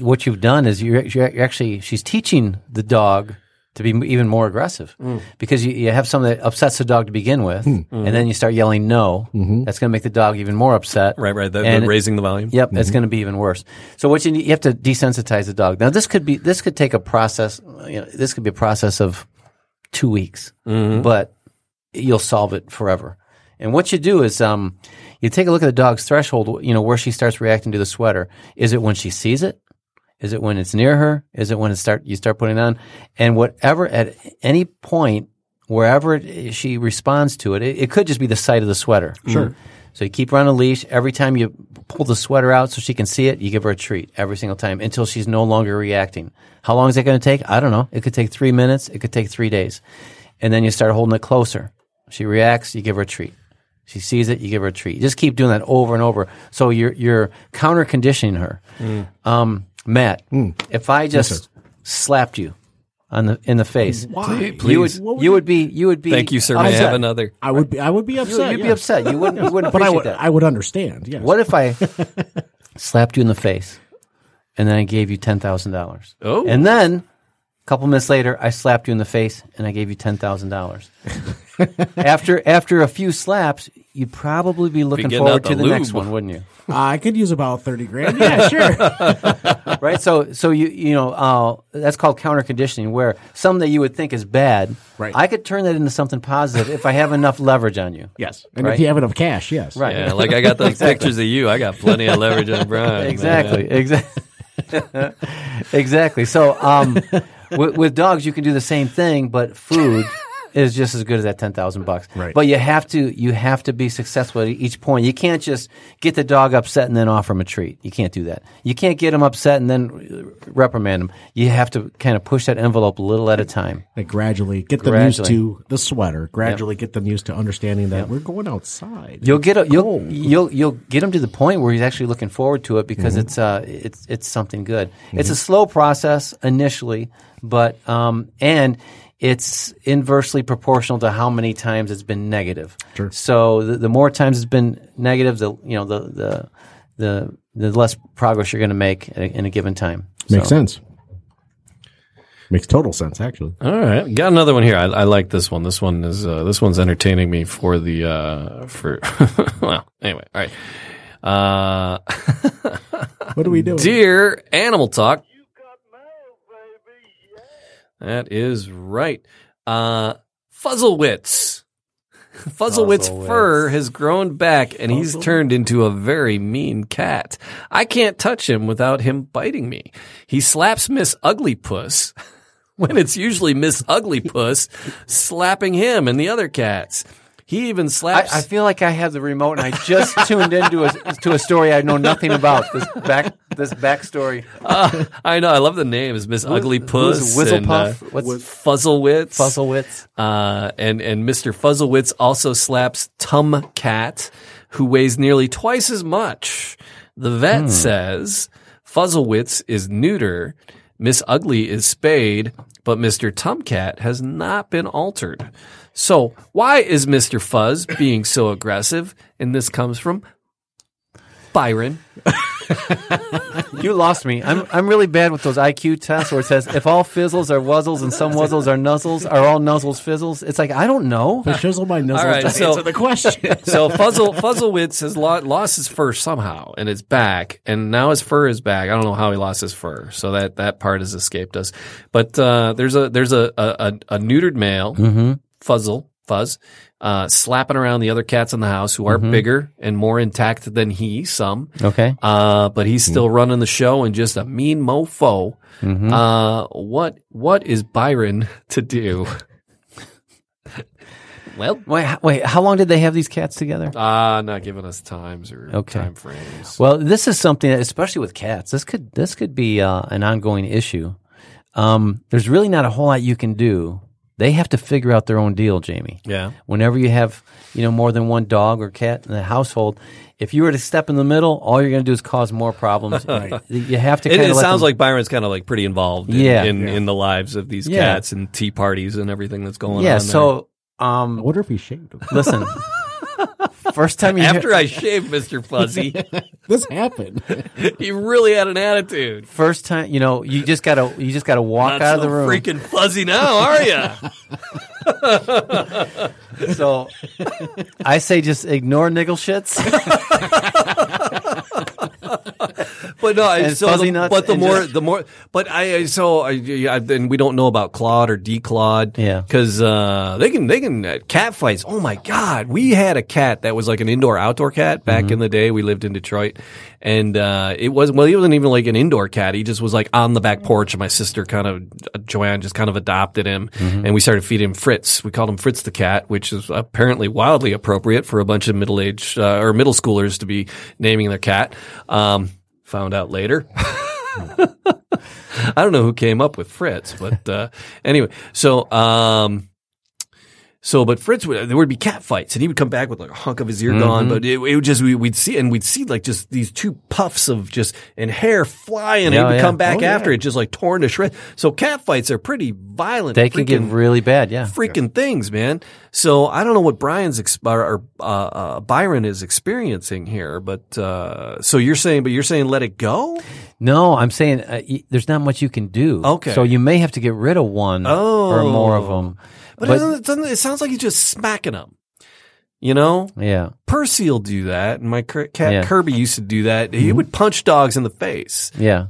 what you've done is you're, you're actually she's teaching the dog to be even more aggressive
Mm.
because you, you have something that upsets the dog to begin with,
Hmm.
and then you start yelling no. That's going to make the dog even more upset. And-
raising Mm-hmm. the volume.
Yep, it's going to be even worse. So what you need, you have to desensitize the dog. Now this could be this could take a process. You know, this could be a process of two weeks, but you'll solve it forever. And what you do is um, you take a look at the dog's threshold. You know where she starts reacting to the sweater. Is it when she sees it? Is it when it's near her? Is it when it start you start putting it on? And whatever at any point, wherever it, she responds to it, it, it could just be the sight of the sweater. Sure. So you keep her on a leash. Every time you pull the sweater out so she can see it, you give her a treat every single time until she's no longer reacting. How long is that going to take? I don't know. It could take three minutes. It could take three days. And then you start holding it closer. She reacts. You give her a treat. She sees it. You give her a treat. You just keep doing that over and over. So you're you're counter
Hmm.
conditioning her. Um, Matt, if I just slapped you on the in the face.
Why?
You would, you would be you would be
Thank you, sir. May I
upset.
have another?
I would be. I would be upset.
You'd be
yes.
upset. You wouldn't you wouldn't
But
appreciate
I would.
that.
I would understand. Yes.
what if
[LAUGHS]
I slapped you in the face and then I gave you ten thousand dollars?
Oh.
And then a couple minutes later I slapped you in the face and I gave you ten thousand
[LAUGHS]
dollars. after after a few slaps, you'd probably be looking
getting
forward
out
to
the
the next
lube.
one, wouldn't you?
I could use about thirty grand. [LAUGHS] Yeah, sure.
right? So, so you you know uh, that's called counter conditioning, where something that you would think is bad,
Right.
I could turn that into something positive if I have enough leverage on you.
yes. And
Right.
if you have enough cash, yes.
Right.
Yeah, like I got [LAUGHS] those pictures of you. I got plenty of leverage on Brian. man.
Exactly. Exactly. [LAUGHS] exactly. So, um, [LAUGHS] with, with dogs, you can do the same thing, but food is just as good as that ten thousand bucks.
Right.
But you have to you have to be successful at each point. You can't just get the dog upset and then offer him a treat. You can't do that. You can't get him upset and then reprimand him. You have to kind of push that envelope a little at a time.
Like gradually get them used to the sweater. Gradually get them used to understanding that we're going outside.
You'll get a, you'll you'll you'll get him to the point where he's actually looking forward to it because it's uh it's it's something good. It's a slow process initially, but um and it's inversely proportional to how many times it's been negative. Sure. So the, the more times it's been negative, the you know the the the the less progress you're going to make in a, in a given time.
Makes sense. Makes total sense, actually.
All right, got another one here. I, I like this one. This one is uh, this one's entertaining me for the uh, for [LAUGHS] well. Anyway, all right. Uh,
What are we doing?
dear Animal Talk. That is right. Uh, Fuzzlewitz. [LAUGHS] Fuzzlewitz's fur has grown back and he's turned into a very mean cat. I can't touch him without him biting me. He slaps Miss Ugly Puss [LAUGHS] when it's usually Miss Ugly Puss slapping him and the other cats. He even
I,
slaps.
I feel like I have the remote, and I just tuned into a to a story I know nothing about. This back this backstory.
Uh, [LAUGHS] I know. I love the names. Miss Ugly Puss.
Who's
and, uh,
Wizzlepuff? What's-
Fuzzlewitz?
Fuzzlewitz.
Uh, and, and Mr. Fuzzlewitz also slaps Tum Cat, who weighs nearly twice as much. The vet says Fuzzlewitz is neuter. Miss Ugly is spayed, but Mr. Tumcat has not been altered. So why is Mr. Fuzz being so aggressive? And this comes from Byron.
You lost me. I'm I'm really bad with those IQ tests where it says if all fizzles are wuzzles and some wuzzles are nuzzles, are all nuzzles fizzles? It's like I don't know.
Shizzle my nuzzles
All right,
to
so-
answer the question.
[LAUGHS] So Fuzzle Fuzzlewitz has lo- lost his fur somehow, and it's back, and now his fur is back. I don't know how he lost his fur, so that that part has escaped us. But uh, there's a there's a a, a, a neutered male
Mm-hmm.
Fuzzle Fuzz uh, slapping around the other cats in the house who are
Mm-hmm.
bigger and more intact than he. Some
Okay.
uh, but he's still running the show and just a mean mofo.
Mm-hmm.
Uh, what what is Byron to do? well,
Wait, h- wait. How long did they have these cats together?
Ah, not giving us times or
Okay.
time frames.
Well, this is something, that, especially with cats. This could this could be uh, an ongoing issue. Um, there's really not a whole lot you can do. They have to figure out their own deal, Jamie.
Yeah.
Whenever you have you know more than one dog or cat in the household, if you were to step in the middle, all you're going to do is cause more
[LAUGHS]
problems. You have to.
It,
kinda
it
let
sounds
them-
like Byron's kind of like pretty involved in,
Yeah.
in, in the lives of these
Yeah.
cats and tea parties and everything that's going
yeah.
on.
So
[LAUGHS]
I
um,
wonder if he shaved him.
listen, first time you [LAUGHS]
there.
hear-
after I shaved Mr.
[LAUGHS]
Fuzzy,
This happened.
he really had an attitude.
first time you know you just gotta you just gotta walk
Not
out
so
of the room.
freaking fuzzy now, are
[LAUGHS]
you? [LAUGHS]
So I say just ignore niggle shits.
But no, I
And
so
fuzzy
the,
nuts
but the
and
more
just-
the more but I I- so I, I and we don't know about Claude or declawed
Yeah.
because uh, they can they can uh, cat fights. Oh my god, we had a cat that was like an indoor outdoor cat back in the day. We lived in Detroit, and uh, it wasn't well. He wasn't even like an indoor cat. He just was like on the back porch. And my sister kind of uh, Joanne just kind of adopted him, and we started feeding him Fritz. We called him Fritz the cat, which is apparently wildly appropriate for a bunch of middle aged uh, or middle schoolers to be naming their cat. Um, found out later. [LAUGHS] I don't know who came up with Fritz, but uh, anyway, so um, So, but Fritz would there would be cat fights, and he would come back with like a hunk of his ear
Mm-hmm.
gone. But it, it would just we, we'd see and we'd see like just these two puffs of just and hair flying. and he
Yeah,
would
yeah.
come back after it, just like torn to shreds. So cat fights are pretty violent.
They can get
freaking-
really bad. Yeah.
freaking things, man. So I don't know what Brian's ex- or uh, uh, Byron is experiencing here, but uh, so you're saying, but you're saying let it go.
No, I'm saying uh, y- there's not much you can do.
Okay. Oh.
So you may have to get rid of one or more of them.
But, it, doesn't, it doesn't- it sounds like he's just smacking them. You know,
yeah.
Percy will do that, and my cur- cat
Yeah. Mm-hmm.
Kirby used to do that. He would punch dogs in the face.
Yeah.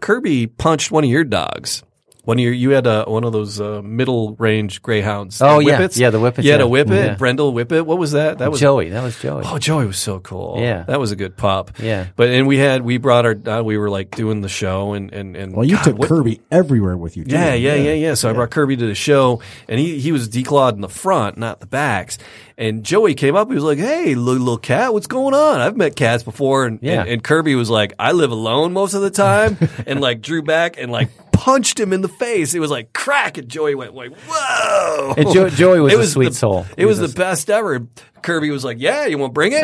Kirby punched one of your dogs. One of your, you had a, one of those uh, middle range greyhounds. the
Oh, yeah.
Whippets.
Yeah, the Whippets,
You had
yeah. Mm-hmm.
a whippet,
Yeah.
Brendel whippet. What was that? That was
Joey. That was Joey.
Oh, Joey was so cool.
Yeah.
that was a good pop.
Yeah.
but and we had we brought our uh, we were like doing the show and and and
Well, you
God,
took
what-
Kirby everywhere with you. too.
Yeah, yeah, yeah, yeah. So I brought Kirby to the show, and he he was declawed in the front, not the backs. And Joey came up. He was like, "Hey, little, little cat, what's going on? I've met cats before." And,
Yeah.
and and Kirby was like, "I live alone most of the
[LAUGHS]
time," and like drew back and like punched him in the face. It was like crack, and Joey went like, "Whoa!"
And Jo- Joey was
[LAUGHS] It
a sweet
the-
soul.
It was the best ever. Kirby was like, "Yeah, you want to bring it?"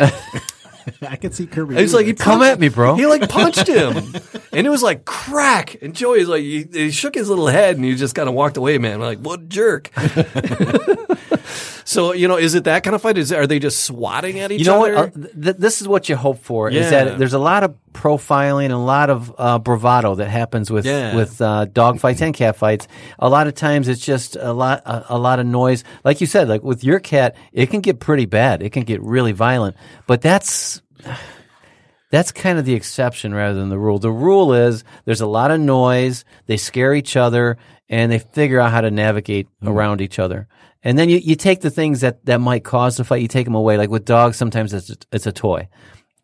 I could see Kirby.
And he's
doing
like, he
that.
Come
punched-
at me,
[LAUGHS]
bro.
He like punched him, and it was like crack. And Joey's like, he, he shook his little head, and he just kind of walked away, man. We're like, what a jerk. [LAUGHS] so you know, is it that kind of fight? Is are they just swatting at each
You know what?
other?
Uh, th- th- this is what you hope for is
Yeah.
that there's a lot of profiling and a lot of uh, bravado that happens with
Yeah.
with uh, dog fights and cat fights. A lot of times it's just a lot a, a lot of noise. Like you said, like with your cat, it can get pretty bad. It can get really violent. But that's that's kind of the exception rather than the rule. The rule is there's a lot of noise, they scare each other, and they figure out how to navigate around each other. And then you, you take the things that, that might cause the fight, you take them away. Like with dogs, sometimes it's a, it's a toy,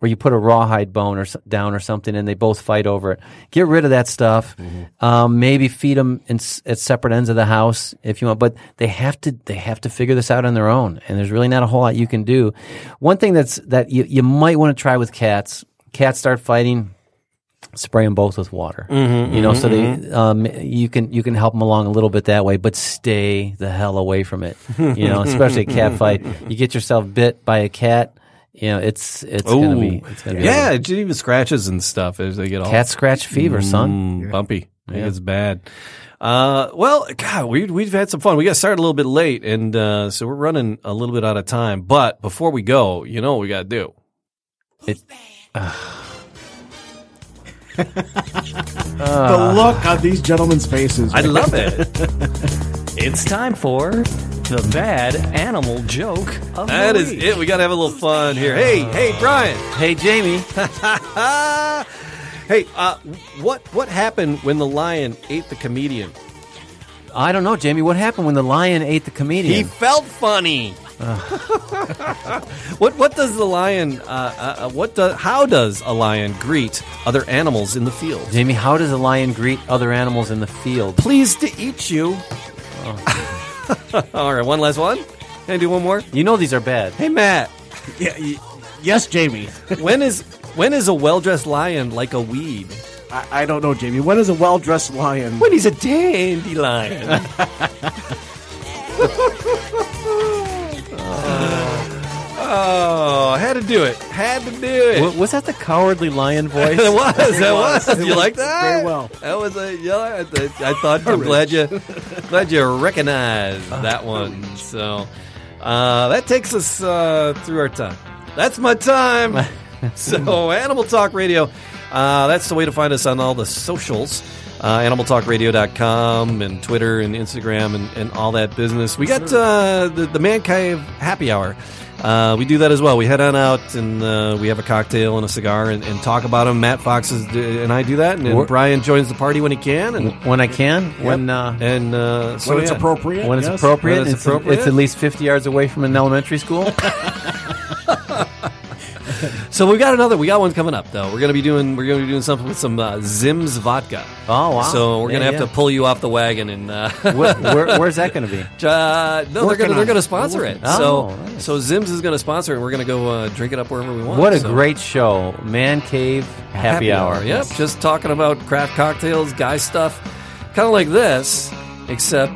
or you put a rawhide bone or so- down or something, and they both fight over it. Get rid of that stuff. Um, maybe feed them in, s- at separate ends of the house if you want. But they have to they have to figure this out on their own, and there's really not a whole lot you can do. One thing that's that you, you might want to try with cats cats start fighting, spray them both with water.
Mm-hmm,
you know, so they um, you can you can help them along a little bit that way, but stay the hell away from it. You know, especially
[LAUGHS]
a cat fight. You get yourself bit by a cat. You know, it's it's gonna be it's gonna be
yeah, it even scratches and stuff as they get all
cat scratch fever, son.
Mm, bumpy. I think it's bad. Uh, well, God, we, we've had some fun. We got started a little bit late, and uh, so we're running a little bit out of time. But before we go, you know what we got to do.
the look on these gentlemen's faces.
I love it.
[LAUGHS] It's time for the bad animal joke of
that
the
is
week.
it. We got to have a little fun here. Hey, hey, Brian.
Hey Jamie,
hey, uh, what what happened when the lion ate the comedian?
I don't know, Jamie. What happened when the lion ate the
He
comedian?
felt
[LAUGHS]
funny. what what does the lion? Uh, uh, uh, what does how does a lion greet other animals in the field?
Jamie, how does a lion greet other animals in the field?
pleased to eat you.
Oh.
[LAUGHS] All right, one last one. Can I do one more?
You know these are bad.
Hey, Matt.
Yeah, y- yes, Jamie.
When is when is a well dressed lion like a weed?
I, I don't know, Jamie. When is a well-dressed lion?
When he's a dandelion. [LAUGHS] oh, had to do it. Had to do it.
W- was that the cowardly lion
[LAUGHS]
voice?
It was. That was. You like that?
Very well.
That was a. Yeah, I, th- I thought. I'm glad you. glad you recognized that one. So uh, that takes us uh, through our time. That's my [LAUGHS] time. so Animal Talk Radio. Uh, that's the way to find us on all the socials. Uh, animaltalkradio.com and Twitter and Instagram and, and all that business. We got uh, the, the Man Cave Happy Hour. Uh, we do that as well. We head on out and uh, we have a cocktail and a cigar and, and talk about them. Matt Fox is, and I do that, and, then
We're-
Brian joins the party when he can, and
when I can, when uh,
and uh, so
when it's
yeah.
appropriate.
when it's
yes.
appropriate.
When it's
it's,
appropriate.
it's at least 50 yards away from an
[LAUGHS]
elementary school.
So we got another. We got one coming up though. We're gonna be doing. We're gonna be doing something with some uh, Zim's vodka.
Oh, wow.
So we're gonna
Yeah,
have
yeah.
to pull you off the wagon and. Uh, [LAUGHS]
Where- where- where's that going to be?
Uh, no, they're
Working
gonna
on
they're
it.
gonna sponsor it. so
Oh, nice.
so Zim's is gonna sponsor it. and We're gonna go uh, drink it up wherever we want.
What a
So-
great show. Man Cave Happy, Hour.
Yep, just talking about craft cocktails, guy stuff, kind of like this, except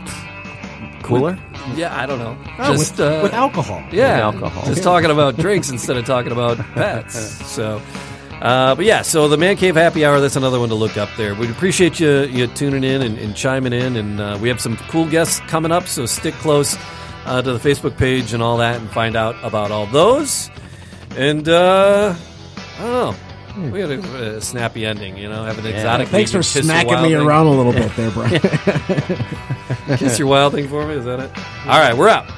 Cooler?
Yeah, I don't know.
Oh, with-
Just
with,
uh,
alcohol.
yeah,
with alcohol.
Just talking about drinks instead of talking
[LAUGHS]
about pets. So, uh, but yeah, so the man cave happy hour. That's another one to look up there. We appreciate you you tuning in and, and chiming in, and uh, we have some cool guests coming up. So stick close uh, to the Facebook page and all that, and find out about all those. And uh, I don't know. We had a, a snappy ending, you know. Have an exotic.
Hmm. Thanks
meeting,
for
kiss your
smacking
wild
me
thing.
around a little bit there, Brian. [LAUGHS]
Kiss your wild thing for me. Is that it? All right, we're out.